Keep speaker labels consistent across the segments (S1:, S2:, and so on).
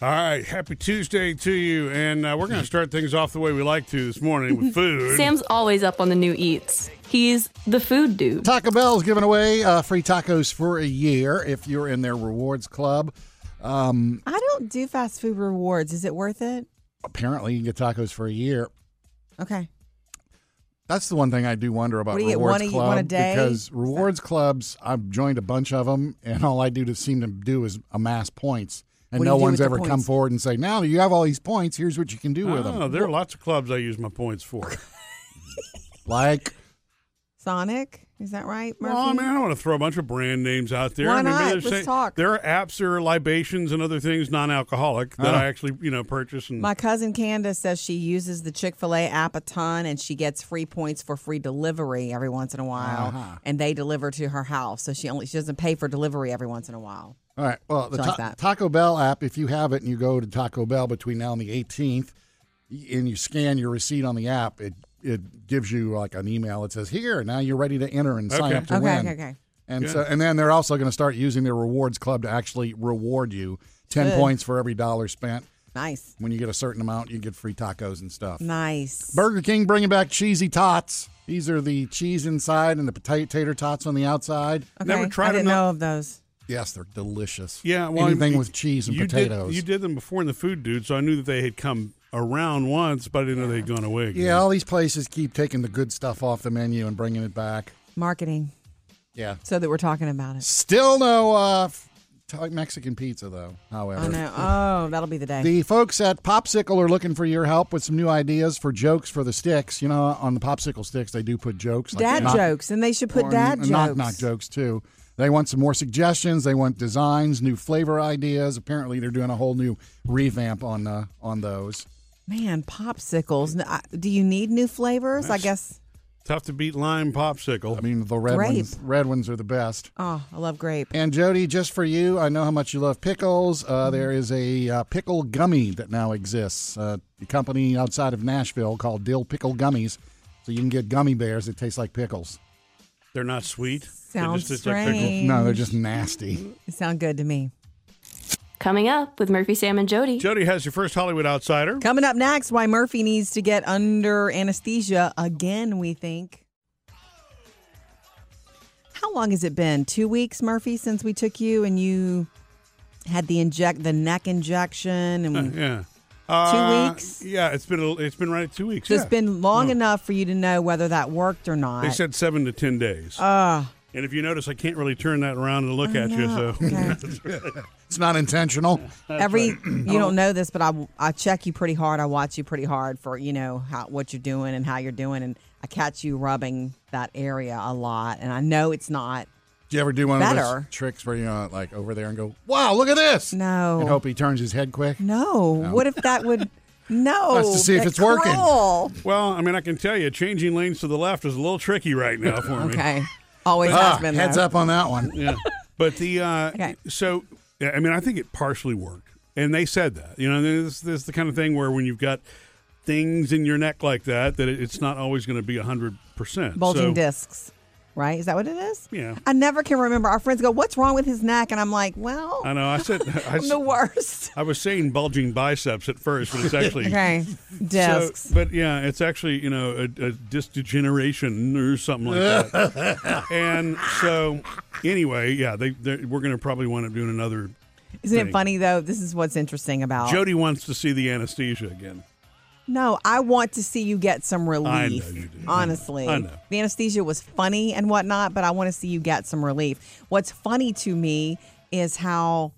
S1: All right, happy Tuesday to you, and uh, we're going to start things off the way we like to this morning with food.
S2: Sam's always up on the new eats. He's the food dude.
S3: Taco Bell's giving away uh, free tacos for a year if you're in their rewards club.
S4: I don't do fast food rewards. Is it worth it?
S3: Apparently, you can get tacos for a year.
S4: Okay.
S3: That's the one thing I do wonder about
S4: What do you get,
S3: rewards
S4: one a-
S3: club
S4: one a day?
S3: because rewards clubs. I've joined a bunch of them, and all I do to seem to do is amass points, and
S4: What do
S3: no
S4: you do
S3: one's
S4: with
S3: ever
S4: the
S3: come
S4: points?
S3: forward and say, "Now that you have all these points. Here's what you can do with
S1: Oh,
S3: them."
S1: there are lots of clubs I use my points for.
S3: Like,
S4: Sonic, is that right, Murphy?
S1: Well, I mean, I don't want to throw a bunch of brand names out there.
S4: Why
S1: I mean,
S4: not?
S1: they're
S4: Let's talk.
S1: There are apps or libations and other things, non-alcoholic, that
S3: Uh-huh.
S1: I actually you know purchase and
S4: My cousin Candace says she uses the Chick fil A app a ton and she gets free points for free delivery every once in a while.
S3: Uh-huh.
S4: And they deliver to her house. So she only she doesn't pay for delivery every once in a while.
S3: all right, well, the
S4: It's like
S3: Ta-
S4: that.
S3: Taco Bell app. If you have it and you go to Taco Bell between now and the 18th, y- and you scan your receipt on the app, it it gives you like an email. It says, "Here, now you're ready to enter and sign
S1: Okay.
S3: up to
S4: okay,
S3: win."
S4: okay, okay.
S3: And so, and then they're also going to start using their rewards club to actually reward you. Ten
S4: Good.
S3: points for every dollar spent.
S4: Nice.
S3: When you get a certain amount, you get free tacos and stuff.
S4: Nice.
S3: Burger King bringing back cheesy tots. These are the cheese inside and the potato tater tots on the outside.
S4: okay.
S1: Never tried
S4: I didn't
S1: enough-
S4: know of those.
S3: Yes, they're delicious.
S1: yeah, well,
S3: anything
S1: you-
S3: with cheese and
S1: you did-
S3: potatoes.
S1: you did them before in the food dude, so I knew that they had come around once, but I didn't know they'd gone away. Again.
S3: yeah, all these places keep taking the good stuff off the menu and bringing it back.
S4: Marketing.
S3: Yeah.
S4: So that we're talking about it.
S3: Still no uh, f- t- Mexican pizza though. However,
S4: I know. Oh, that'll be the day.
S3: The folks at Popsicle are looking for your help with some new ideas for jokes for the sticks. You know, on the Popsicle sticks, they do put jokes. Like
S4: dad
S3: knock-
S4: jokes. And they should put
S3: or kn-
S4: dad jokes.
S3: Knock knock jokes, too. They want some more suggestions. They want designs, new flavor ideas. Apparently, they're doing a whole new revamp on uh, on those.
S4: Man, popsicles. N- I- Do you need new flavors? I guess.
S1: Tough to beat lime popsicle.
S3: I mean, the red
S4: Grape.
S3: ones. Red ones are the best.
S4: Oh, I love grape.
S3: And Jody, just for you, I know how much you love pickles. Uh,
S4: Mm-hmm.
S3: there is a uh, pickle gummy that now exists. Uh, a company outside of Nashville called Dill Pickle Gummies. So you can get gummy bears that taste like pickles.
S1: they're not sweet. They're
S4: Sounds
S1: just- it's like pickles.
S4: strange.
S3: No, they're just nasty.
S4: It sound good to me.
S2: Coming up with Murphy, Sam, and Jody.
S1: Jody has your first Hollywood outsider.
S4: Coming up next, why Murphy needs to get under anesthesia again, we think. How long has it been? Two weeks, Murphy, since we took you and you had the inject the neck injection and
S1: Yeah. Uh,
S4: weeks?
S1: Yeah, it's been a, it's been right at two weeks.
S4: so it's
S1: yeah. Mm.
S4: been long enough for you to know whether that worked or not.
S1: They said seven to ten days.
S4: Ah.
S1: and if you notice, I can't really turn that around and look at you. So
S4: Yeah, okay.
S3: It's not intentional.
S4: every you
S3: Oh.
S4: don't know this, but I I check you pretty hard. I watch you pretty hard for you know how what you're doing and how you're doing, and I catch you rubbing that area a lot, and I know it's not.
S3: Do you ever do one of
S4: Better.
S3: those tricks where you know, like over there and go, "Wow, look at this!"
S4: No.
S3: and hope he turns his head quick.
S4: No. What if that would? No.
S3: That's to see if
S4: that's
S3: it's working.
S4: cruel.
S1: well, I mean, I can tell you, changing lanes to the left is a little tricky right now for me.
S4: Okay. Always
S3: Ah,
S4: has been.
S3: heads
S4: though.
S3: up on that one.
S1: Yeah. But the uh,
S4: Okay.
S1: so yeah, I mean, I think it partially worked, and they said that. You know, this this is the kind of thing where when you've got things in your neck like that, that it, it's not always going to be hundred percent.
S4: Bulging
S1: so,
S4: discs. Right? Is that what it is?
S1: Yeah.
S4: I never can remember. Our friends go, "What's wrong with his neck?" And I'm like, "Well,
S1: I know. I said I,
S4: I'm the worst."
S1: I was saying bulging biceps at first, but it's actually
S4: Okay. Discs.
S1: So, but yeah, it's actually you know a, a disc degeneration or something like that. and so, anyway, yeah, they they're- we're going to probably wind up doing another.
S4: Isn't
S1: thing.
S4: it funny though? This is what's interesting about
S1: Jody wants to see the anesthesia again.
S4: No, I want to see you get some relief.
S1: I know you do.
S4: Honestly.
S1: I know.
S4: The anesthesia was funny and whatnot, but I want to see you get some relief. What's funny to me is how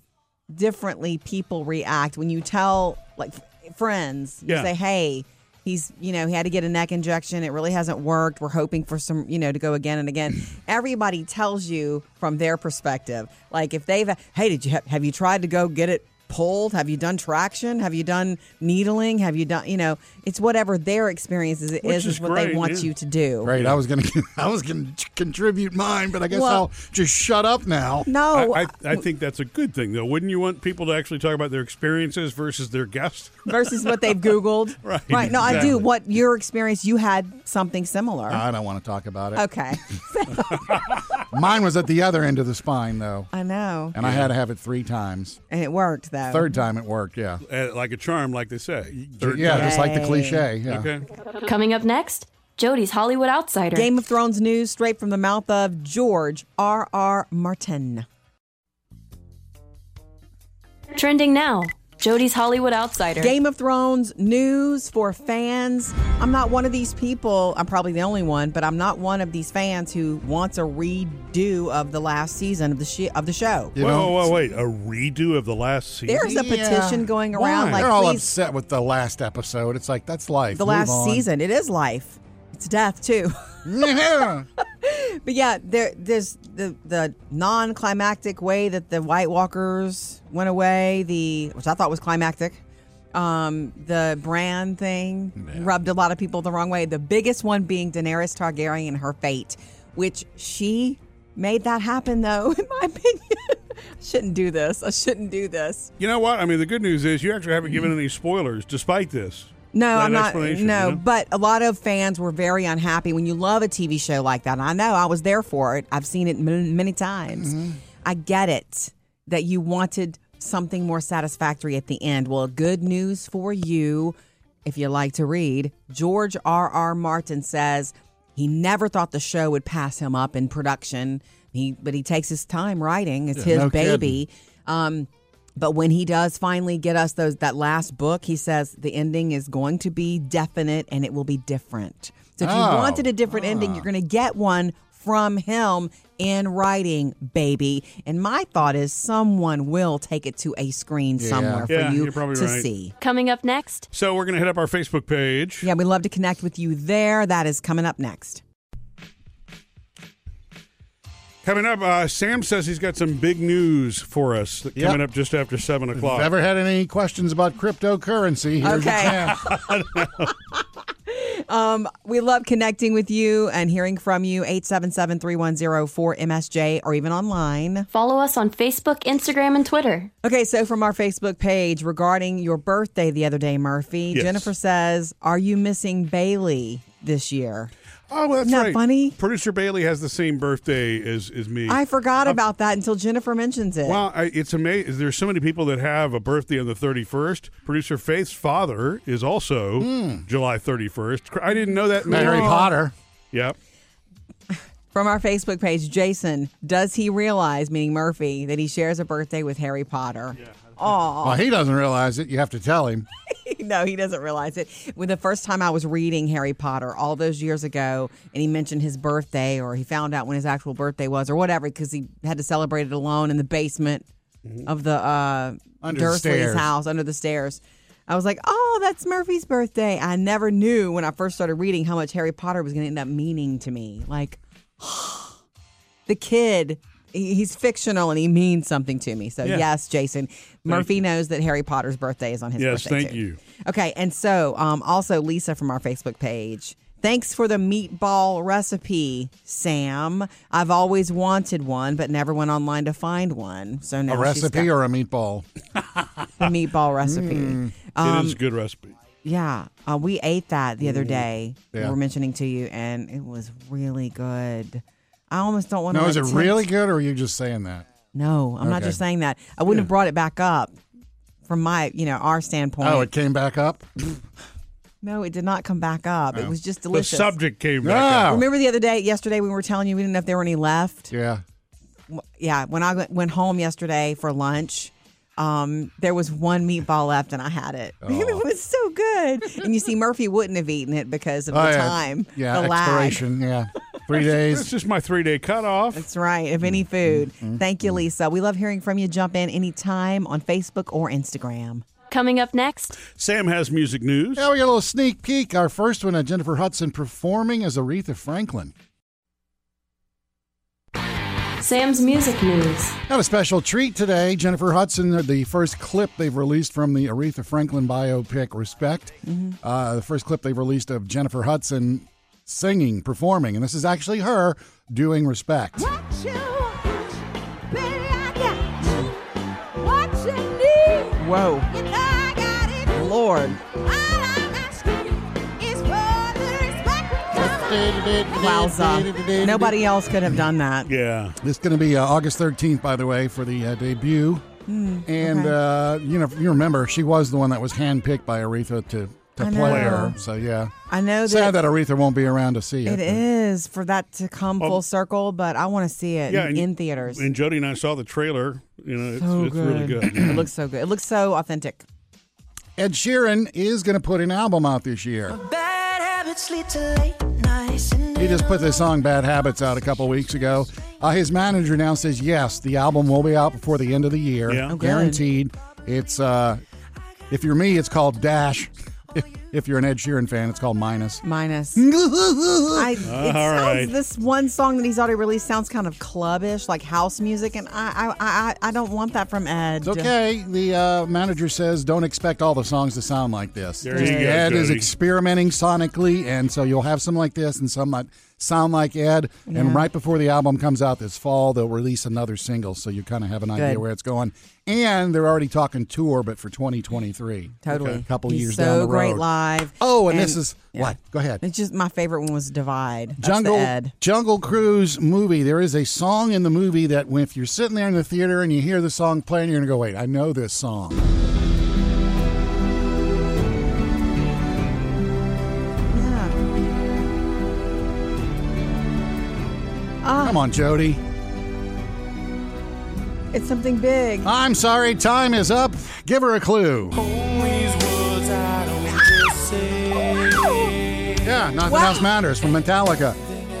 S4: differently people react when you tell like f- friends, you
S1: Yeah.
S4: say, Hey, he's you know, he had to get a neck injection, it really hasn't worked. We're hoping for some, you know, to go again and again. Everybody tells you from their perspective. Like if they've hey, did you have, have you tried to go get it pulled? Have you done traction? Have you done needling? Have you done, you know, it's whatever their experience is, it
S1: Which
S4: is,
S1: is
S4: is what
S1: great,
S4: they want
S1: yeah.
S4: you to do.
S3: Great. I was gonna, I was gonna contribute mine, but I guess
S4: Well-
S3: I'll just shut up now.
S4: No,
S1: I, I, I think that's a good thing, though. Wouldn't you want people to actually talk about their experiences versus their guests?
S4: versus what they've Googled.
S1: Right,
S4: Right. No, I
S1: exactly. Uh,
S4: do. What your experience, you had something similar.
S3: I don't want to talk about it.
S4: okay.
S3: Mine was at the other end of the spine, though,
S4: I know.
S3: and I had to have it three times.
S4: And it worked though.
S3: Third time it worked, yeah.
S1: Uh, like a charm, like they say. Third
S3: yeah,
S1: time.
S3: just like the
S4: Yay.
S3: cliche. Yeah.
S1: Okay.
S2: Coming up next, Jody's Hollywood Outsider.
S4: Game of Thrones news straight from the mouth of George R. R. Martin.
S2: Trending now, Jody's Hollywood Outsider.
S4: Game of Thrones news for fans. I'm not one of these people. I'm probably the only one, but I'm not one of these fans who wants a redo of the last season of the sh- of the show.
S3: You
S1: whoa,
S3: know,
S1: whoa, wait. A redo of the last season?
S4: There's a
S3: Yeah.
S4: petition going
S1: Why?
S4: around like
S3: they're all
S4: please
S3: upset with the last episode. It's like that's life.
S4: the
S3: Move
S4: last
S3: on.
S4: season. It is life. It's death too.
S3: Yeah.
S4: But yeah, there, there's the the non-climactic way that the White Walkers went away. The which I thought was climactic. Um, the brand thing rubbed a lot of people the wrong way. The biggest one being Daenerys Targaryen and her fate, which she made that happen though. In my opinion, I shouldn't do this. I shouldn't do this.
S1: You know what? I mean, the good news is you actually haven't given any spoilers despite this.
S4: No,
S1: Not
S4: I'm
S1: an
S4: not. No,
S1: explanation, you know?
S4: but a lot of fans were very unhappy when you love a TV show like that. And I know I was there for it. I've seen it m- many times.
S1: Mm-hmm.
S4: I get it that you wanted something more satisfactory at the end. Well, good news for you, if you like to read, George R. R. Martin says he never thought the show would pass him up in production. He, but he takes his time writing. It's his
S3: no
S4: baby. Um, but when he does finally get us those that last book, he says the ending is going to be definite and it will be different. So if you
S3: Oh.
S4: wanted a different ending, you're going to get one from him in writing, baby. And my thought is someone will take it to a screen somewhere for
S1: Yeah,
S4: you
S1: you're probably
S4: to
S1: right.
S4: see.
S2: Coming up next,
S1: So we're going to hit up our Facebook page.
S4: Yeah, we love to connect with you there. That is coming up next.
S1: Coming up, uh, Sam says he's got some big news for us that
S3: Yeah.
S1: coming up just after 7
S3: If you've
S1: o'clock.
S3: ever had any questions about cryptocurrency, here's
S4: Okay.
S3: your chance.
S4: Um, we love connecting with you and hearing from you 877-310-4MSJ or even online.
S2: follow us on Facebook, Instagram, and Twitter.
S4: Okay, so from our Facebook page regarding your birthday the other day, Murphy,
S1: Yes.
S4: Jennifer says, Are you missing Bailey this year?
S1: oh, that's
S4: Isn't that
S1: right.
S4: funny?
S1: Producer Bailey has the same birthday as, as me.
S4: I forgot about that until Jennifer mentions it.
S1: Wow, I, it's amazing. There's so many people that have a birthday on the 31st. Producer Faith's father is also
S3: Hmm.
S1: July 31st. Cr- I didn't know that.
S3: Harry Potter.
S1: Yep.
S4: From our Facebook page, Jason, does he realize, meaning Murphy, that he shares a birthday with Harry Potter?
S3: Well, he doesn't realize it. You have to tell him.
S4: no, he doesn't realize it. When the first time I was reading Harry Potter all those years ago, and he mentioned his birthday, or he found out when his actual birthday was, or whatever, because he had to celebrate it alone in the basement
S1: Mm-hmm.
S4: of the uh,
S3: Under the
S4: Dursley's
S3: stairs.
S4: house under the stairs. I was like, "Oh, that's Murphy's birthday." I never knew when I first started reading how much Harry Potter was going to end up meaning to me. Like, the kid. he- He's fictional and he means something to me. So,
S1: Yeah.
S4: yes, Jason. Murphy knows that Harry Potter's birthday is on his
S1: Yes,
S4: birthday,
S1: thank
S4: too.
S1: you.
S4: Okay, and so um, also Lisa from our Facebook page. Thanks for the meatball recipe, Sam. I've always wanted one, but never went online to find one. So now
S3: A recipe
S4: she's got
S3: or a meatball?
S4: the meatball recipe.
S3: Hmm.
S4: Uh, Um,
S1: it is a good recipe.
S4: Yeah, uh, we ate that the other day.
S3: Hmm. Yeah.
S4: We were mentioning to you, and it was really good. I almost don't want to.
S3: No, is it really good, or are you just saying that?
S4: No, I'm not
S3: Okay.
S4: just saying that. I wouldn't have brought it back up from my, you know, our standpoint.
S3: Oh, it came back up.
S4: no, it did not come back up. It was just
S1: The
S4: delicious.
S1: subject came back up.
S3: Ah.
S4: Remember the other day, yesterday, we were telling you we didn't know if there were any left.
S3: Yeah.
S4: Yeah, when I went- went home yesterday for lunch, um, there was one meatball left, and I had it.
S3: Oh.
S4: it was so good. And you see, Murphy wouldn't have eaten it because of the
S3: Oh, yeah.
S4: time,
S3: Yeah.
S4: the lag.
S3: expiration. Yeah. Three
S1: It's
S3: days.
S1: just my three day cutoff.
S4: That's right. Of
S3: Mm-hmm.
S4: any food. Thank you, Lisa. We love hearing from you. Jump in anytime on Facebook or Instagram.
S2: Coming up next,
S1: Sam has music news.
S3: Yeah, we got a little sneak peek. Our first one at Jennifer Hudson performing as Aretha Franklin.
S2: Sam's music news.
S3: Got a special treat today. Jennifer Hudson, the first clip they've released from the Aretha Franklin biopic, Respect.
S4: Mm-hmm.
S3: Uh, the first clip they've released of Jennifer Hudson singing, performing, and this is actually her doing Respect.
S5: What you want, baby, I got. What you need,
S4: Whoa.
S5: you know I got it.
S4: Lord.
S5: All I'm asking is for the respect.
S4: Wowza. Nobody else could have done that.
S1: Yeah.
S3: It's going to be uh, August 13th, by the way, for the uh, debut.
S4: Hmm,
S3: and uh, you know, you remember she was the one that was handpicked by Aretha to to
S4: I
S3: play
S4: know.
S3: her. So yeah,
S4: I know
S3: sad
S4: that,
S3: that Aretha won't be around to see
S4: it
S3: it.
S4: is for that to come full circle, but I want to see it
S1: Yeah,
S4: in,
S1: and-
S4: in theaters.
S1: And Jody and I saw the trailer. You know, it's,
S4: so
S1: it's
S4: good.
S1: really good.
S4: it looks so good. It looks so authentic.
S3: Ed Sheeran is going to put an album out this year.
S6: Bad habits lead to late nights. and
S3: He just put this song "Bad Habits" out a couple weeks ago. Uh, his manager now says yes, the album will be out before the end of the year,
S1: Yeah. Oh,
S4: good.
S3: guaranteed. It's uh, if you're me, it's called Dash. if you're an Ed Sheeran fan, it's called Minus.
S4: Minus.
S3: Mm.
S4: I, it sounds
S1: right.
S4: this one song that he's already released sounds kind of clubbish, like house music, and I I I, I don't want that from Ed.
S3: It's okay. The uh, manager says don't expect all the songs to sound like this.
S1: There you go,
S3: Ed is
S1: Jody.
S3: experimenting sonically, and so you'll have some like this and some might sound like Ed. And right before the album comes out this fall, they'll release another single, so you kind of have an idea
S4: Good.
S3: where it's going. And they're already talking tour, but for 2023.
S4: Totally.
S3: A couple
S4: He's
S3: years
S4: so
S3: down the road.
S4: great live.
S3: Oh, and, this is
S4: yeah.
S3: what? Go ahead.
S4: It's just my favorite one was Divide. That's the
S3: Jungle
S4: Ed.
S3: Jungle Cruise movie. There is a song in the movie that when if you're sitting there in the theater and you hear the song playing, you're gonna go, wait, I know this song.
S4: Yeah.
S3: Come on, Jody.
S4: It's something big.
S3: I'm sorry, time is up. Give her a clue. Yeah, nothing
S4: Wow.
S3: else matters from Metallica.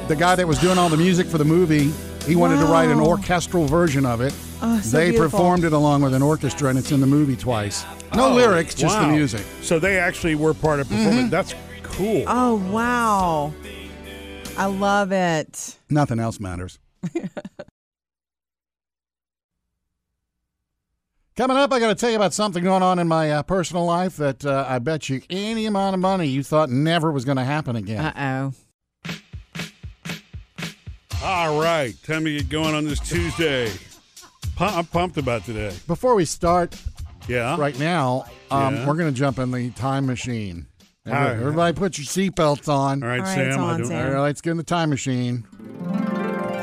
S3: The guy that was doing all the music for the movie, he wanted to write an
S4: Wow.
S3: orchestral version of it.
S4: Oh, so
S3: they
S4: beautiful.
S3: performed it along with an orchestra, and it's in the movie twice. No lyrics, just the
S1: Oh, Wow.
S3: music. Mm-hmm. Uh-huh.
S1: So they actually were part of performance. That's cool.
S4: Oh wow. I love it.
S3: Nothing else matters. Coming up, I got to tell you about something going on in my uh, personal life that uh, I bet you any amount of money you thought never was going to happen again.
S4: Uh oh.
S1: All right. Time to get going on this Tuesday. Pu- I'm pumped about today.
S3: Before we start
S4: uh,
S1: Yeah.
S3: right now, um,
S1: Yeah.
S3: we're going to jump in the time machine.
S1: All right.
S3: Everybody, put your seatbelts on.
S1: All right,
S4: All right, it's
S1: Sam.
S4: on,
S1: I do- uh,
S4: Sam.
S3: All right, let's get in the time machine.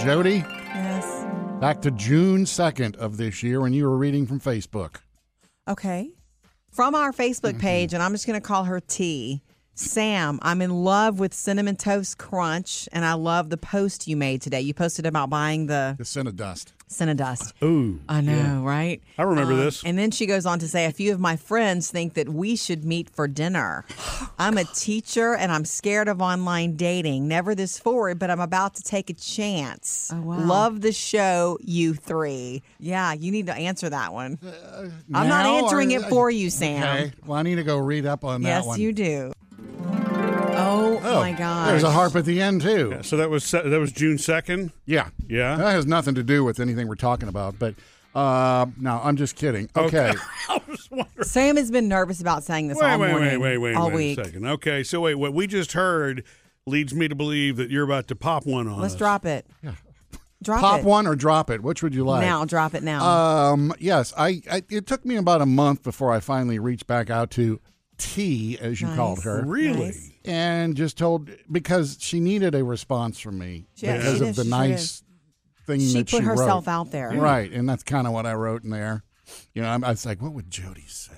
S3: Jody,
S4: Yes.
S3: back to June 2nd of this year when you were reading from Facebook.
S4: Okay. From our
S1: Mm-hmm.
S4: Facebook page, and I'm just going to call her T. Sam, I'm in love with Cinnamon Toast Crunch, and I love the post you made today. You posted about buying the
S3: The scent of dust.
S4: Cinnadust.
S1: Ooh.
S4: I know, right?
S1: Oh,
S4: Um,
S1: I remember this.
S4: And then she goes on to say, a few of my friends think that we should meet for dinner. I'm a teacher and I'm scared of online dating. Never this forward, but I'm about to take a chance. Oh, wow. Love the show, you three. Yeah, you need to answer that one. I'm not
S3: Now,
S4: answering
S3: or-
S4: it for you, Sam.
S3: Okay. Well, I need to go read up on
S4: Yes,
S3: that one.
S4: you do. Oh,
S3: Oh,
S4: my God.
S3: There's a harp at the end too.
S1: So that was se- that was June second.
S3: Yeah,
S1: Yeah.
S3: That has nothing to do with anything we're talking about. But uh, no, I'm just kidding. Okay.
S1: I was wondering.
S4: Sam has been nervous about saying this
S1: Wait,
S4: all
S1: wait,
S4: morning,
S1: wait, wait, wait,
S4: all
S1: wait
S4: week.
S1: a second. Okay. So wait, what we just heard leads me to believe that you're about to pop one on
S4: Let's
S1: us.
S4: drop it. Drop
S3: Pop
S4: it
S3: one or drop it. Which would you like?
S4: now. Drop it now.
S3: Um, yes, I, I. It took me about a month before I finally reached back out to T, as you called her,
S1: Really?
S4: Nice.
S3: and just told because she needed a response from me
S4: Yeah,
S3: because
S4: she
S3: of
S4: did,
S3: the
S4: she
S3: nice thing
S4: she
S3: that
S4: put
S3: she
S4: herself
S3: wrote.
S4: out there.
S3: Right, and that's kind of what I wrote in there. You know, I'm, I was like, what would Jody say?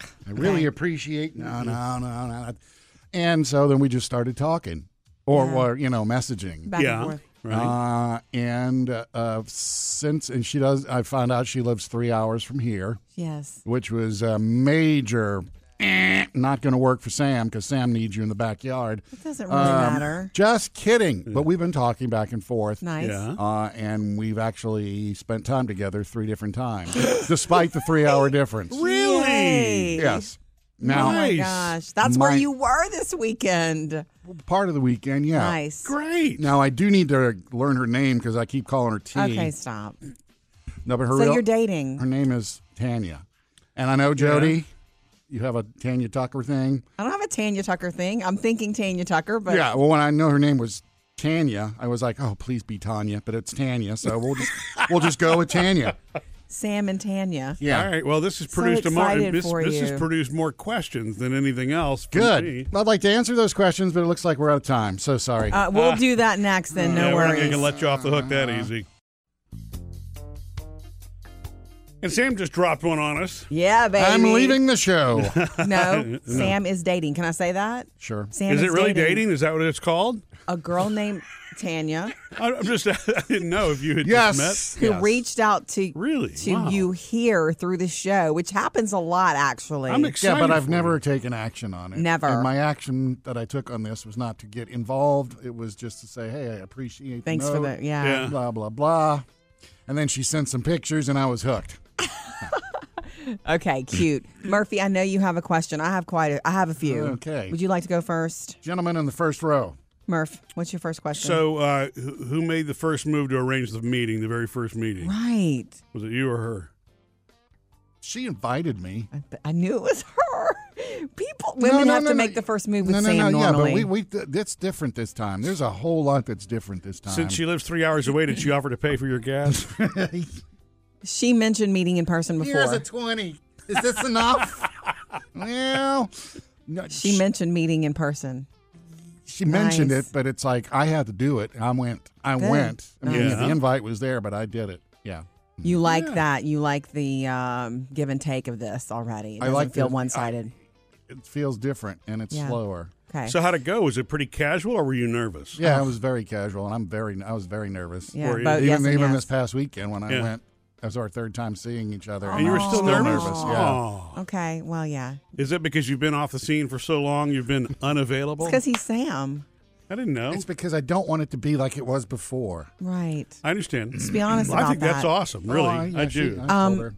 S3: I really appreciate no,
S4: Mm-hmm.
S3: no, no, no. And so then we just started talking, or, or you know, messaging.
S4: Back
S1: yeah.
S4: and forth.
S1: Right.
S3: Uh, and uh, uh, since and she does, I found out she lives three hours from here,
S4: Yes.
S3: which was a major. eh, Not going to work for Sam because Sam needs you in the backyard.
S4: It doesn't really
S3: Um,
S4: matter.
S3: Just kidding. But we've been talking back and forth.
S4: Nice.
S1: yeah.
S3: Uh, and we've actually spent time together three different times, despite the three hour difference.
S1: Really?
S4: Yay.
S3: Yes.
S4: Oh
S3: Now,
S1: Nice.
S4: my gosh. That's
S3: My-
S4: where you were this weekend.
S3: part of the weekend, yeah.
S4: Nice.
S1: Great.
S3: Now, I do need to learn her name because I keep calling her T.
S4: Okay, stop.
S3: No, but her
S4: So
S3: real-
S4: you're dating.
S3: Her name is Tanya. And I know, Jody, you have a Tanya Tucker thing.
S4: I don't have a Tanya Tucker thing. I'm thinking Tanya Tucker, but
S3: yeah, well, when I know her name was Tanya, I was like, oh, please be Tanya, but it's Tanya, so we'll just we'll just go with Tanya.
S4: Sam and Tanya.
S3: Yeah.
S1: All right. Well, this has
S4: So
S1: produced a more.
S4: excited
S1: This,
S4: for
S1: this
S4: you.
S1: has produced more questions than anything else. from me.
S3: Good. I'd like to answer those questions, but it looks like we're out of time. So sorry.
S4: Uh, we'll do that next. Then no
S1: yeah, we're not
S4: worries.
S1: going to let you off the hook that easy. And Sam just dropped one on us.
S4: yeah, baby.
S3: I'm leaving the show.
S4: No, Sam is dating. Can I say that?
S3: sure.
S4: Sam
S1: is it really
S4: dating
S1: dating? Is that what it's called?
S4: a girl named Tanya
S1: I- I'm just. I didn't know if you had
S3: Yes.
S1: just
S4: who
S3: Yes.
S4: reached out to
S1: Really?
S4: to
S1: Wow.
S4: you here through the show, which happens a lot actually.
S1: met. I'm
S3: Yeah,
S1: excited.
S3: but I've
S1: for
S3: never
S1: you.
S3: taken action on it.
S4: Never.
S3: And my action that I took on this was not to get involved. It was just to say, hey, I appreciate. the
S4: Thanks for
S3: note,
S4: the yeah.
S1: Yeah.
S3: Blah blah blah. And then she sent some pictures, and I was hooked.
S4: Okay, cute. Murphy, I know you have a question. I have quite a I have a few.
S3: Okay.
S4: Would you like to go first?
S3: Gentleman in the first row.
S4: Murph, what's your first question?
S1: So, uh, who who made the first move to arrange the meeting? The very first meeting
S4: Right.
S1: was it you or her?
S3: She invited me.
S4: I, I knew it was her. People women
S3: No, no,
S4: have
S3: no,
S4: to
S3: no.
S4: make the first move with
S3: no, no,
S4: Sam
S3: no,
S4: normally.
S3: Yeah, but we, we th- that's different this time. There's a whole lot that's different this time.
S1: Since she lives three hours away, did she offer to pay for your gas?
S4: she mentioned meeting in person before.
S3: Here's a 20. Is this enough? well, no,
S4: she mentioned meeting in person.
S3: she mentioned
S4: Nice.
S3: it, but it's like I had to do it. I went. I
S4: Good.
S3: went. I mean,
S1: Yeah.
S3: the invite was there, but I did it. Yeah.
S4: You like that. You like the um, give and take of this already. It
S3: I
S4: doesn't
S3: like
S4: feel
S3: the-
S4: one sided.
S3: It feels different and it's
S4: Yeah.
S3: slower.
S4: Okay.
S1: so, how'd it go? Was it pretty casual, or were you nervous?
S3: Yeah, I was very casual and I'm very I was very nervous.
S4: Oh. yeah,
S1: Or
S4: both
S3: Even
S4: yes and
S3: even
S4: yes.
S3: this past weekend when I
S1: Yeah.
S3: went, that was our third time seeing each other.
S1: And you were
S3: I was
S1: still nervous.
S3: Oh.
S1: Oh.
S3: Yeah.
S1: Aw.
S4: Okay. Well, yeah.
S1: Is it because you've been off the scene for so long? You've been unavailable.
S4: Because he's Sam.
S1: I didn't know.
S3: It's because I don't want it to be like it was before.
S4: Right.
S1: I understand. Let's
S4: be honest
S1: I
S4: about
S1: think that's
S4: that.
S1: awesome. Really,
S3: Oh, yeah,
S1: I
S3: she-
S1: do.
S3: I told
S4: Um,
S3: her.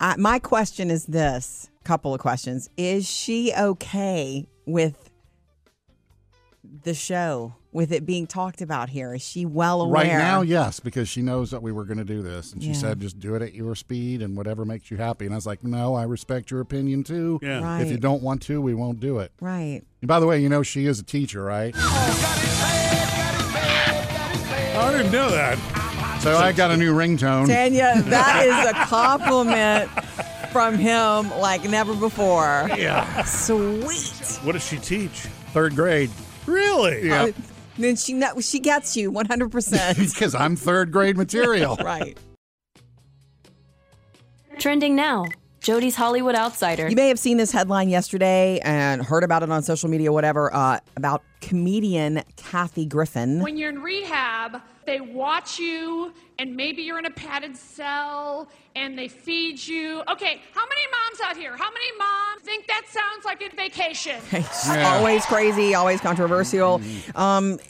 S4: I, my question is this couple of questions. Is she okay with the show, with it being talked about here? Is she well aware?
S3: Right now, yes, because she knows that we were going to do this, and she
S4: Yeah.
S3: said, "Just do it at your speed and whatever makes you happy." And I was like, "No, I respect your opinion too.
S1: Yeah.
S4: Right.
S3: If you don't want to, we won't do it."
S4: Right.
S3: And by the way, you know she is a teacher, right?
S1: I didn't know that.
S3: So I got a new ringtone.
S4: Tanya, that is a compliment from him like never before.
S1: Yeah.
S4: Sweet.
S1: What does she teach?
S3: Third grade.
S1: Really?
S3: Yeah.
S4: Uh, Then she kno- she gets you 100%.
S3: Because I'm third grade material.
S4: right.
S2: Trending now Jody's Hollywood Outsider.
S4: You may have seen this headline yesterday and heard about it on social media, whatever, uh, about comedian Kathy Griffin.
S7: When you're in rehab, they watch you, and maybe you're in a padded cell, and they feed you. Okay, how many moms out here? How many moms think that sounds like a vacation?
S4: She's
S3: Yeah. Mm-hmm.
S4: always crazy, always controversial. Um,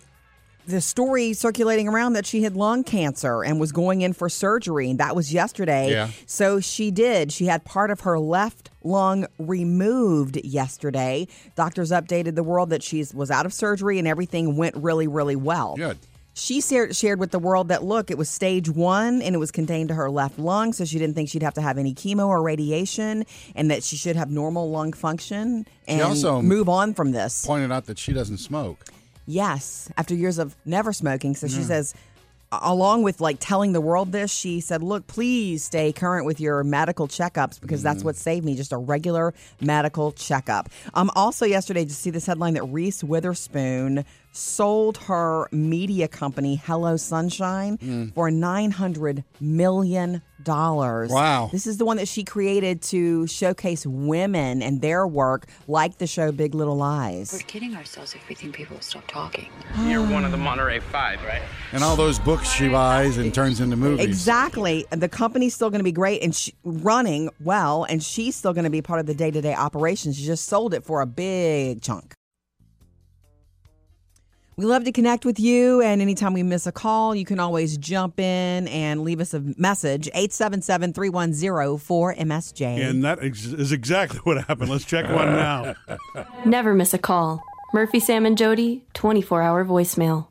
S4: the story circulating around that she had lung cancer and was going in for surgery, and that was yesterday.
S3: Yeah.
S4: So she did. She had part of her left lung removed yesterday. Doctors updated the world that she was out of surgery and everything went really, really well.
S3: Good.
S4: She shared, shared with the world that look, it was stage one and it was contained to her left lung, so she didn't think she'd have to have any chemo or radiation, and that she should have normal lung function and
S3: also-
S4: move on from this.
S3: Pointed out that she doesn't smoke.
S4: Yes, after years of never smoking. So she says, a- along with like telling the world this, she said, Look, please stay current with your medical checkups because that's what saved me, just a regular medical checkup. Um, also, yesterday, to see this headline that Reese Witherspoon sold her media company, Hello Sunshine, for $900 million.
S3: Wow.
S4: This is the one that she created to showcase women and their work, like the show Big Little Lies.
S8: We're kidding ourselves if we think people will stop talking.
S9: You're one of the Monterey Five, right?
S3: And all those books she buys and turns into movies.
S4: Exactly. The company's still going to be great and sh running well, and she's still going to be part of the day to day operations. She just sold it for a big chunk. We love to connect with you, and anytime we miss a call, you can always jump in and leave us a message 877 310 4MSJ.
S1: And that ex- is exactly what happened. Let's check one now.
S2: Never miss a call. Murphy, Sam, and Jody, 24 hour voicemail.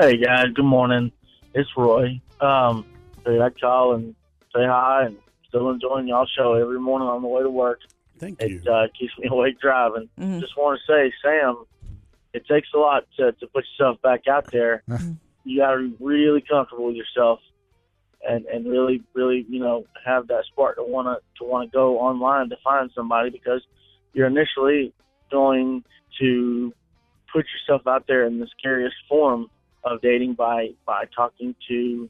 S10: Hey guys, good morning. It's Roy. Um, hey, I call and say hi, and still enjoying y'all show every morning on the way to work.
S1: Thank you.
S10: It uh, keeps me awake driving. Just want to say, Sam, it takes a lot
S1: Mm-hmm.
S10: to, to put yourself back out there. you got to be really comfortable with yourself, and and really really you know have that spark to want to to want to go online to find somebody because you're initially going to put yourself out there in the scariest form of dating by by talking to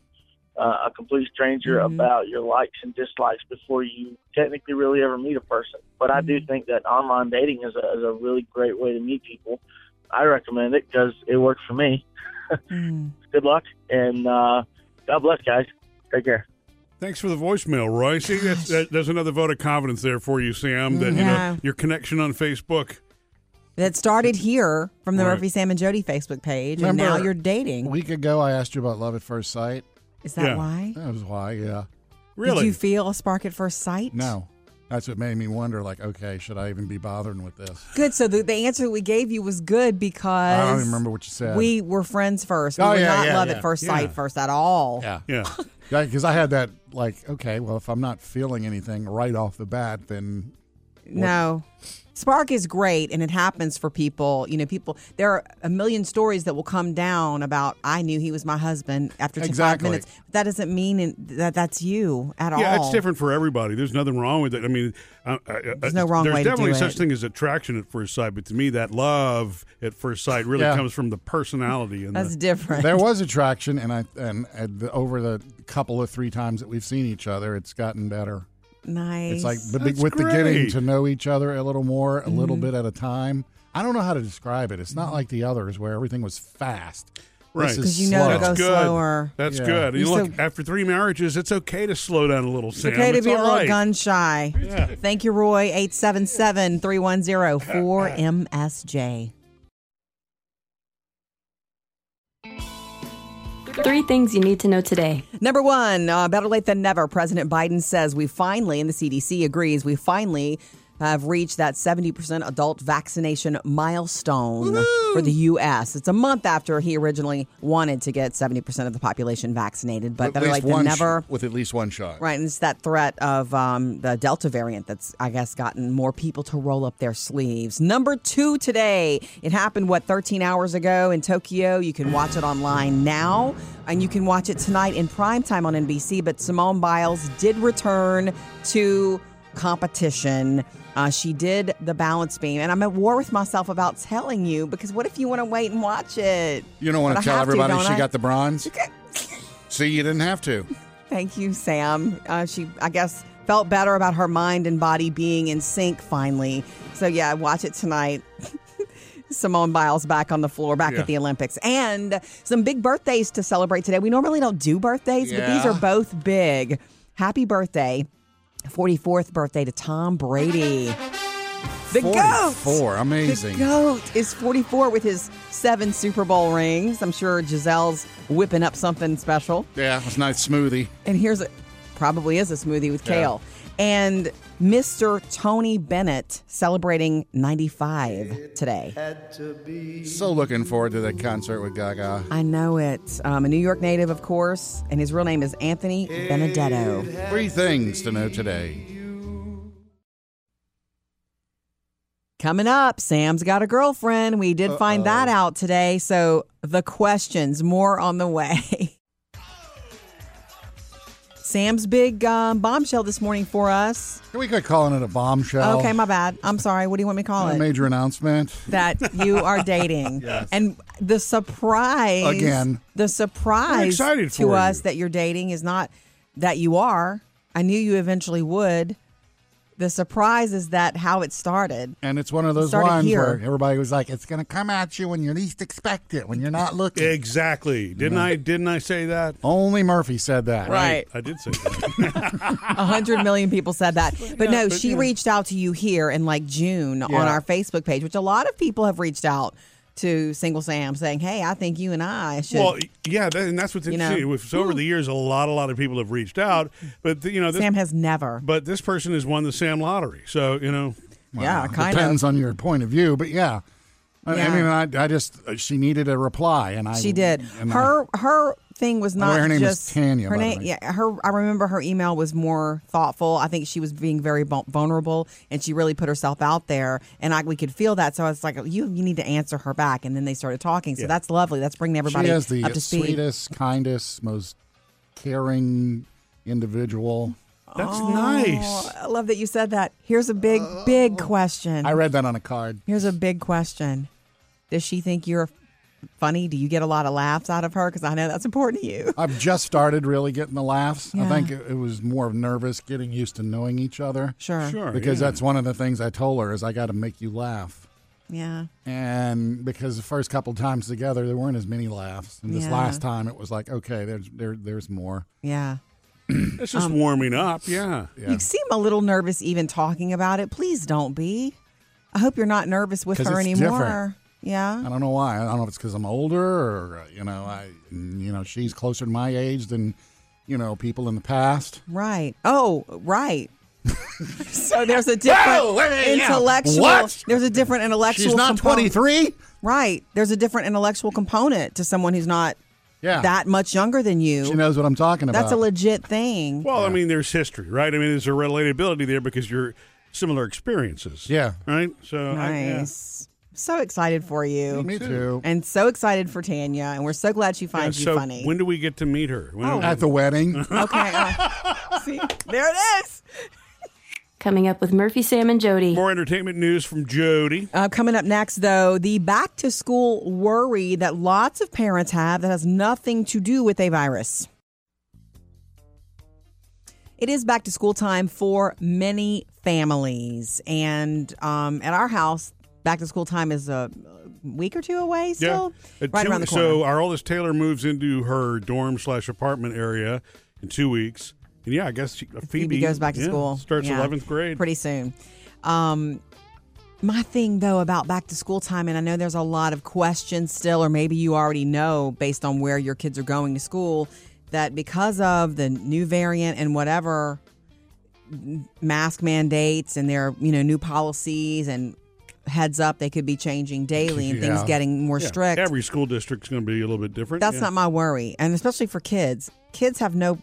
S10: uh, a complete stranger about your likes and dislikes before you technically really ever meet a person. But I do think that online dating is a, is a really great way to meet people. I recommend it because it worked for me. Good luck and uh, God bless, guys. Take care.
S1: Thanks for the voicemail, Roy. See, that's, that, there's another vote of confidence there for you, Sam. That you
S4: Yeah.
S1: know your connection on Facebook.
S4: That started here from the
S1: Right.
S4: Murphy Sam and Jody Facebook page, and now
S3: Remember-
S4: you're dating.
S3: A week ago, I asked you about love at first sight.
S4: Is that
S1: Yeah.
S4: why?
S3: That was why, yeah.
S1: Really?
S4: Did you feel a spark at first sight?
S3: No, that's what made me wonder. Like, okay, should I even be bothering with this?
S4: Good. So the, the answer we gave you was good because
S3: I don't even remember what you said.
S4: we were friends first. We
S3: Oh,
S4: were
S3: yeah,
S4: not
S3: yeah,
S4: love
S3: yeah.
S4: at first
S1: Yeah.
S4: sight first at all.
S3: yeah,
S1: yeah.
S3: yeah, because I had that. Like, okay, well, if I'm not feeling anything right off the bat, then
S4: No. Spark is great and it happens for people. You know, people, there are a million stories that will come down about, I knew he was my husband after t-
S3: Exactly.
S4: five minutes. But that doesn't mean in, that that's you at all.
S1: Yeah, it's different for everybody. There's nothing wrong with it. I mean, I, I, there's
S4: no wrong
S1: There's
S4: way to do
S1: definitely
S4: it.
S1: such thing as attraction at first sight, but to me, that love at first sight really
S3: Yeah.
S1: comes from the personality and
S4: That's
S1: the,
S4: different.
S3: there was attraction, and I and, and the, over the couple of three times that we've seen each other, it's gotten better.
S4: nice.
S3: It's like the,
S1: That's
S3: with the getting
S1: great.
S3: to know each other a little more, a little bit at a time. I don't know how to describe it. It's not like the others where everything was fast.
S1: Right.
S3: This is
S4: 'Cause you know
S3: slow.
S4: it goes
S1: good.
S4: slower.
S1: That's
S3: Yeah.
S1: good. And
S4: You
S1: look,
S4: so-
S1: after three marriages, it's okay to slow down a little,
S4: It's
S1: Sam.
S4: okay to be a
S1: all
S4: little
S1: right.
S4: gun shy. Thank you, Roy. 877 310 4MSJ.
S2: Three things you need to know today.
S4: Number one, uh, better late than never. President Biden says we finally, and the CDC agrees, we finally have reached that 70% adult vaccination milestone for the U.S. It's a month after he originally wanted to get 70% of the population vaccinated, but
S3: At
S4: better
S3: least
S4: late
S3: one
S4: than
S3: sh-
S4: never.
S3: with at least one shot.
S4: Right, and it's that threat of um, the Delta variant that's, I guess, gotten more people to roll up their sleeves. Number two today, it happened, what, 13 hours ago in Tokyo. You can watch it online now, and you can watch it tonight in primetime on NBC. But Simone Biles did return to competition. Uh, she did the balance beam, and I'm at war with myself about telling you because what if you want to wait and watch it?
S3: You don't want
S4: But I
S3: to tell
S4: have
S3: everybody
S4: don't
S3: she
S4: I?
S3: got the bronze. See, you didn't have to.
S4: Thank you, Sam. Uh, she, I guess, felt better about her mind and body being in sync finally. So, yeah, watch it tonight. Simone Biles back on the floor, back
S1: Yeah.
S4: at the Olympics. And some big birthdays to celebrate today. We normally don't do birthdays, but these
S3: Yeah.
S4: are both big. Happy birthday, 44th birthday to Tom Brady. The GOAT!
S3: Four, amazing.
S4: The GOAT is 44 with his seven Super Bowl rings. I'm sure Giselle's whipping up something special
S3: Yeah, it's a nice smoothie.
S4: and here's a probably is a smoothie with kale and mr tony bennett celebrating 95 today
S3: So looking forward to that concert with Gaga.
S4: i know it um, a new york native of course and his real name is anthony benedetto
S3: Three things to know today.
S4: Coming up, Sam's got a girlfriend. We did find that out today. So the questions, more on the way. Sam's big um, bombshell this morning for us.
S3: Can we quit calling it a bombshell?
S4: Okay, my bad. I'm sorry. What do you want me to call
S3: a
S4: it?
S3: major announcement.
S4: that you are dating. And the surprise
S3: Again.
S4: the surprise
S1: We're excited
S4: to
S1: for
S4: us
S1: you.
S4: that you're dating is not that you are. I knew you eventually would. The surprise is that how it started.
S3: And it's one of those
S4: Started
S3: lines
S4: here.
S3: where everybody was like, "It's going to come at you when you least expect it, when you're not looking."
S1: Exactly. Didn't I? Didn't I say that?
S3: Only Murphy said that.
S4: Right.
S1: I did say that.
S4: A hundred million people said that. But no,
S1: but,
S4: she
S1: you know.
S4: reached out to you here in like June on
S3: Yeah.
S4: our Facebook page, which a lot of people have reached out to Single Sam saying, Hey, I think you and I should
S1: well, yeah, that, and that's what's
S4: You know.
S1: interesting. With- so over the years, a lot, a lot of people have reached out, but the- you know, this,
S4: Sam has never.
S1: but this person has won the Sam lottery. So you know,
S4: yeah, kind
S3: Depends
S4: of.
S3: on your point of view, but yeah. I, I
S4: Yeah.
S3: mean, I, I just she needed a reply, and I
S4: She did.
S3: and I-
S4: Her her thing was
S3: the way
S4: not
S3: her name is
S4: just
S3: Tanya, by
S4: Her
S3: the
S4: name,
S3: way.
S4: yeah. Her I remember her email was more thoughtful. I think she was being very vul- vulnerable and she really put herself out there, and I we could feel that. So I was like, you you need to answer her back, and then they started talking. So that's lovely. That's bringing everybody
S3: she has the
S4: up to speed.
S3: sweetest, kindest, most caring individual.
S1: That's
S4: Oh.
S1: nice.
S4: I love that you said that. Here's a big, big question.
S3: Oh. I read that on a card.
S4: Here's a big question. Does she think you're funny? Do you get a lot of laughs out of her? Because I know that's important to you.
S3: I've just started really getting the laughs. I
S4: Yeah.
S3: think it, it was more of nervous getting used to knowing each other.
S4: Sure.
S1: Sure.
S3: Because
S1: yeah.
S3: that's one of the things I told her is I got to make you laugh.
S4: Yeah.
S3: and because the first couple times together there weren't as many laughs and this
S4: Yeah.
S3: last time it was like okay there's there, there's more
S4: Yeah.
S1: it's
S4: Um,
S1: just warming up. Yeah.
S3: Yeah.
S4: You seem a little nervous even talking about it. Please don't be. I hope you're not nervous with
S3: 'Cause
S4: her
S3: it's
S4: anymore.
S3: different. i
S4: Yeah.
S3: don't know why i don't know if it's because i'm older or uh, you know i you know she's closer to my age than you know people in the past
S4: Right. Oh, right. so there's a different
S3: Whoa, wait a minute, yeah.
S4: intellectual.
S3: What?
S4: There's a different intellectual.
S3: she's not
S4: component.
S3: 23
S4: Right. There's a different intellectual component to someone who's not
S3: yeah
S4: that much younger than you.
S3: she knows what i'm talking about
S4: That's a legit thing.
S1: Well, I mean, there's history, right? I mean, there's a relatability there because you're similar experiences.
S3: yeah
S1: Right. So I, yeah.
S4: nice. So excited for you.
S3: me too
S4: And so excited for Tanya. And we're so glad she
S1: Yeah,
S4: finds
S1: so
S4: you funny. Oh.
S1: when do we get to meet her? When do we-
S3: at the wedding
S4: okay. uh, see, there it is.
S2: Coming up with Murphy, Sam, and Jody.
S1: More entertainment news from Jody.
S4: Uh, coming up next, though, the back to school worry that lots of parents have that has nothing to do with a virus. It is back to school time for many families. And um, at our house, back to school time is a week or two away still.
S1: Uh,
S4: right
S1: two-
S4: around the corner.
S1: so our oldest Taylor moves into her dorm slash apartment area in two weeks, and yeah, I guess she, uh, Phoebe,
S4: Phoebe goes back to
S1: yeah,
S4: school.
S1: Starts
S4: Yeah.
S1: eleventh grade.
S4: pretty soon. Um, my thing though about back to school time, and I know there's a lot of questions still, or maybe you already know based on where your kids are going to school, that because of the new variant and whatever mask mandates and their you know new policies and heads up they could be changing daily and things
S3: Yeah.
S4: getting more
S1: Yeah.
S4: strict.
S1: Every school district's going to be a little bit different.
S4: That's
S1: yeah.
S4: not my worry, and especially for kids. Kids have no,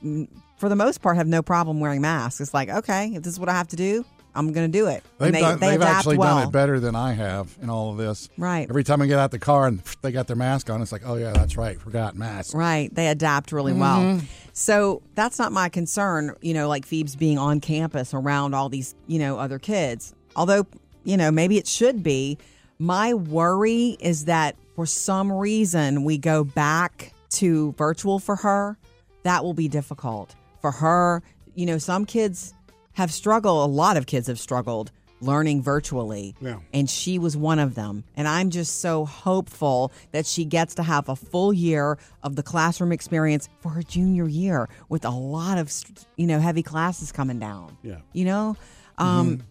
S4: for the most part, have no problem wearing masks. It's like, okay, if this is what I have to do, I'm going to do it.
S3: They've,
S4: And they,
S3: done,
S4: they
S3: they've
S4: adapt
S3: actually
S4: well.
S3: done it better than I have in all of this.
S4: Right.
S3: Every time I get out the car and they got their mask on, it's like, oh, yeah, that's right. Forgot mask.
S4: Right. They adapt really well.
S3: Mm-hmm.
S4: So that's not my concern, you know, like Phoebe's being on campus around all these, you know, other kids. Although, you know, maybe it should be. My worry is that for some reason we go back to virtual for her. That will be difficult for her. You know, some kids have struggled, a lot of kids have struggled learning virtually.
S1: Yeah.
S4: And she was one of them. And I'm just so hopeful that she gets to have a full year of the classroom experience for her junior year with a lot of, st- you know, heavy classes coming down.
S1: Yeah.
S4: You know, um,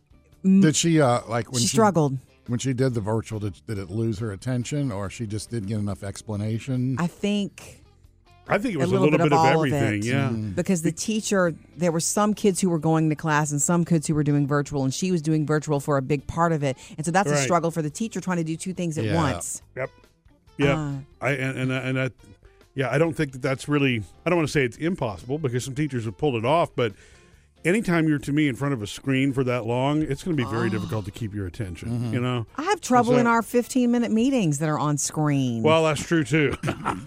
S3: Did she, uh, like, when
S4: she struggled.
S3: When she did the virtual, did, did it lose her attention or she just didn't get enough explanation?
S4: I think
S1: I think it was
S4: a little, bit, of, all
S1: everything.
S4: Of it. Mm.
S1: yeah.
S4: Because the teacher, there were some kids who were going to class and some kids who were doing virtual, and she was doing virtual for a big part of it. And so that's a
S1: Right.
S4: struggle for the teacher trying to do two things at
S3: Yeah.
S4: once.
S1: Yep. Yep.
S4: Uh.
S1: I and and I, and I, yeah, I don't think that that's really. I don't want to say it's impossible because some teachers have pulled it off, but anytime you're to me in front of a screen for that long, it's going to be very difficult to keep your attention. You know.
S4: Ah. I have trouble
S1: So-
S4: in our 15 minute meetings that are on screen.
S1: Well, that's true too. but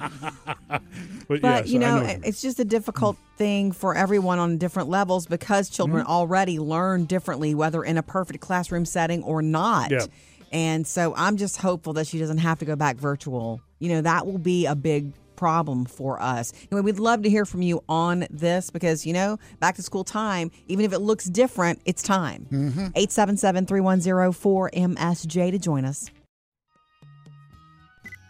S4: but
S1: yes,
S4: you know,
S1: I know. Mm.
S4: it's just a difficult thing for everyone on different levels because children
S1: Mm-hmm.
S4: already learn differently, whether in a perfect classroom setting or not.
S1: Yeah.
S4: And so I'm just hopeful that she doesn't have to go back virtual. You know, that will be a big problem for us. Anyway, we'd love to hear from you on this because, you know, back to school time, even if it looks different, it's time.
S1: Mm-hmm.
S4: 877 310 4MSJ to join us.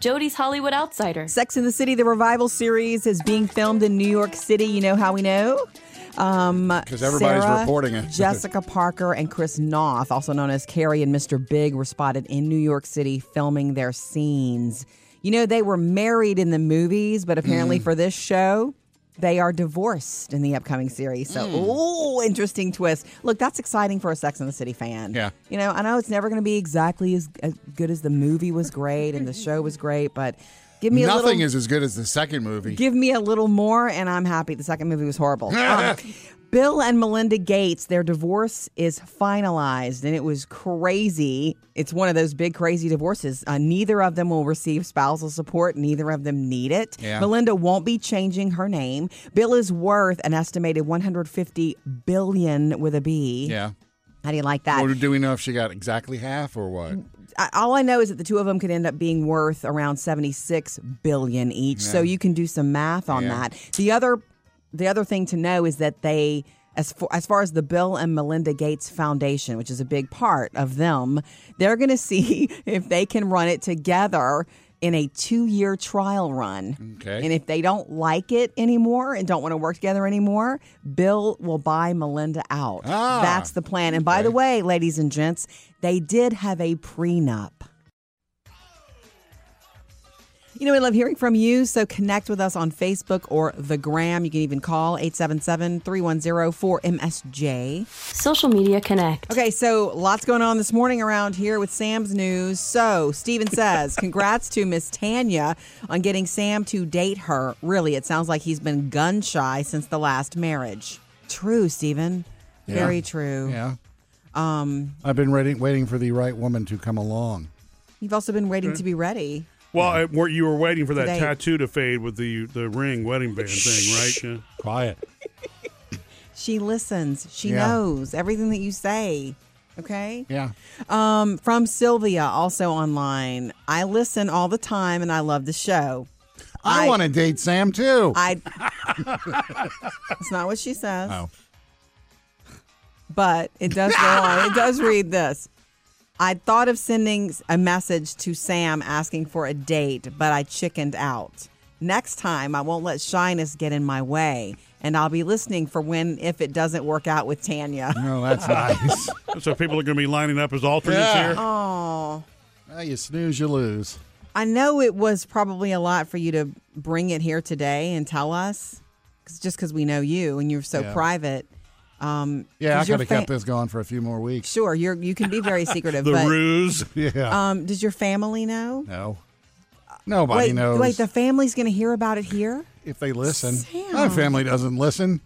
S2: Jody's Hollywood Outsider.
S4: Sex in the City, the revival series, is being filmed in New York City. You know how we know? Because
S3: 'Cause everybody's reporting it.
S4: Uh, Jessica Parker and Chris Knopf, also known as Carrie and Mr. Big, were spotted in New York City filming their scenes. You know, they were married in the movies, but
S3: Mm.
S4: apparently for this show, they are divorced in the upcoming series.
S3: Mm.
S4: So, ooh, interesting twist. Look, that's exciting for a Sex and the City fan.
S3: Yeah.
S4: You know, I know it's never going to be exactly as, as good as the movie was great and the show was great, but give me a
S3: Nothing
S4: little
S3: is as good as the second movie.
S4: Give me a little more, and I'm happy. The second movie was horrible. Um, Bill and Melinda Gates, their divorce is finalized, and it was crazy. It's one of those big, crazy divorces. Uh, neither of them will receive spousal support, neither of them need it.
S3: Yeah.
S4: Melinda won't be changing her name. Bill is worth an estimated 150 billion with a B.
S3: Yeah.
S4: How do you like that?
S3: Or do we know if she got exactly half or what?
S4: I- all I know is that the two of them could end up being worth around 76 billion each. So you can do some math on
S3: Yeah.
S4: that. The other the other thing to know is that they as far, as far as the Bill and Melinda Gates Foundation, which is a big part of them, they're going to see if they can run it together in a 2-year trial run.
S3: Okay.
S4: And if they don't like it anymore and don't want to work together anymore, Bill will buy Melinda out.
S3: Ah.
S4: That's the plan. And by the way, ladies and gents, they did have a prenup. You know, we love hearing from you, so connect with us on Facebook or the gram. You can even call 877 310 4MSJ.
S2: Social Media Connect.
S4: Okay, so lots going on this morning around here with Sam's news. So Steven says, congrats to Miss Tanya on getting Sam to date her. Really, it sounds like he's been gun shy since the last marriage. True, Steven. Very true.
S3: Yeah.
S4: Um,
S3: I've been ready, waiting for the right woman to come along.
S4: you've also been waiting to be ready.
S1: Well, I, were, you were waiting for that
S4: Today.
S1: tattoo to fade with the the ring wedding band thing, right? Yeah.
S3: Quiet.
S4: She listens. She
S3: Yeah.
S4: knows everything that you say. Okay?
S3: Yeah.
S4: Um, from Sylvia, also online. I listen all the time and I love the show.
S3: I,
S4: I-
S3: want to date Sam too.
S4: I. That's not what she says.
S3: oh.
S4: But it does go on. It does read this. I thought of sending a message to Sam asking for a date, but I chickened out. Next time, I won't let shyness get in my way, and I'll be listening for when if it doesn't work out with Tanya.
S3: No, that's nice.
S1: So people are going to be lining up as alternates
S3: Yeah.
S1: here.
S4: Oh,
S3: Well, you snooze, you lose.
S4: I know it was probably a lot for you to bring it here today and tell us, 'cause- just because we know you and you're so
S3: Yeah.
S4: private. Um,
S3: Yeah, I
S4: does your
S3: could have
S4: fa-
S3: kept this going for a few more weeks.
S4: Sure, you're you can be very secretive.
S1: The
S4: but
S1: ruse.
S3: Yeah.
S4: um, does your family know?
S3: no. Nobody
S4: wait,
S3: knows
S4: wait, the family's going to hear about it here.
S3: if they listen.
S4: Sam.
S3: My family doesn't listen.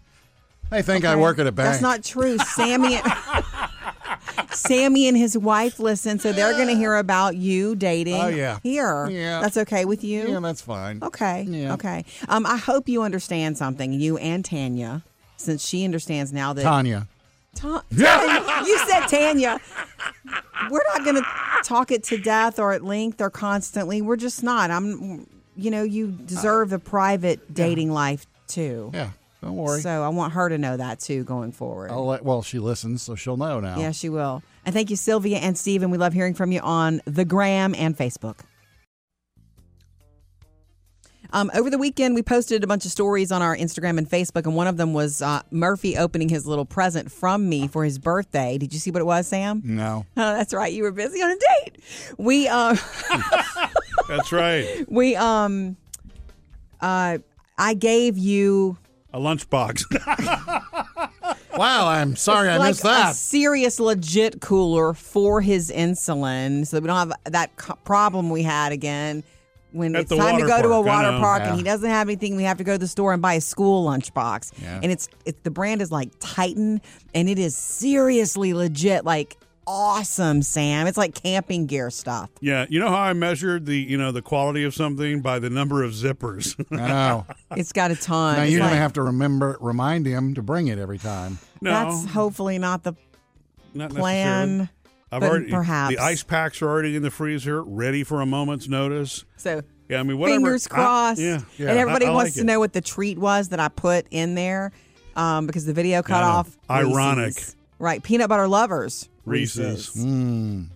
S3: They think I
S4: Okay.
S3: work at a bank.
S4: That's not true. Sammy, Sammy and his wife listen, so they're going to hear about you dating.
S3: Oh, yeah.
S4: here.
S3: Yeah.
S4: that's okay with you.
S3: Yeah, that's fine.
S4: Okay.
S3: Yeah.
S4: Okay. Um, I hope you understand something, you and Tanya, since she understands now that
S3: Tanya.
S4: Ta- Tanya- you said Tanya. We're not going to talk it to death or at length or constantly. We're just not. I'm. You know, you deserve the private dating life too.
S3: Yeah. Oh, Don't worry.
S4: So I want her to know that too going forward.
S3: I'll let, well, she listens, so she'll know now.
S4: Yeah, she will. And thank you, Sylvia and Steven. We love hearing from you on the gram and Facebook. Um, over the weekend, we posted a bunch of stories on our Instagram and Facebook, and one of them was uh, Murphy opening his little present from me for his birthday. Did you see what it was, Sam?
S3: No.
S4: Oh, that's right. You were busy on a date. We uh,
S1: That's right.
S4: we um uh, I gave you
S1: A lunchbox.
S3: Wow, I'm sorry I
S4: like
S3: missed that.
S4: A serious, legit cooler for his insulin, so that we don't have that co- problem we had again when
S1: At
S4: it's
S1: the
S4: time to go
S1: water
S4: to a
S1: park, I
S4: water
S1: know.
S4: park and
S3: Yeah.
S4: he doesn't have anything. We have to go to the store and buy a school lunchbox,
S3: Yeah.
S4: and it's it, the brand is like Titan, and it is seriously legit, like awesome, Sam. It's like camping gear stuff.
S1: yeah. You know how I measured the you know the quality of something by the number of zippers.
S3: I know.
S4: It's got a ton.
S3: now
S4: It's
S3: you're
S4: like-
S3: gonna have to remember, remind him to bring it every time.
S1: no,
S4: That's hopefully not the
S1: not necessarily.
S4: plan.
S1: I've
S4: but
S1: already
S4: perhaps.
S1: the ice packs are already in the freezer, ready for a moment's notice.
S4: So
S1: Yeah, I mean whatever.
S4: Fingers
S1: I-
S4: crossed.
S1: yeah, yeah.
S4: And
S1: I-
S4: everybody
S1: I
S4: wants
S1: like
S4: to
S1: it.
S4: know what the treat was that I put in there um, because the video cut
S1: I know.
S4: off.
S1: Ironic.
S4: Reese's. Right. Peanut butter lovers.
S1: Reese's.
S3: Mm.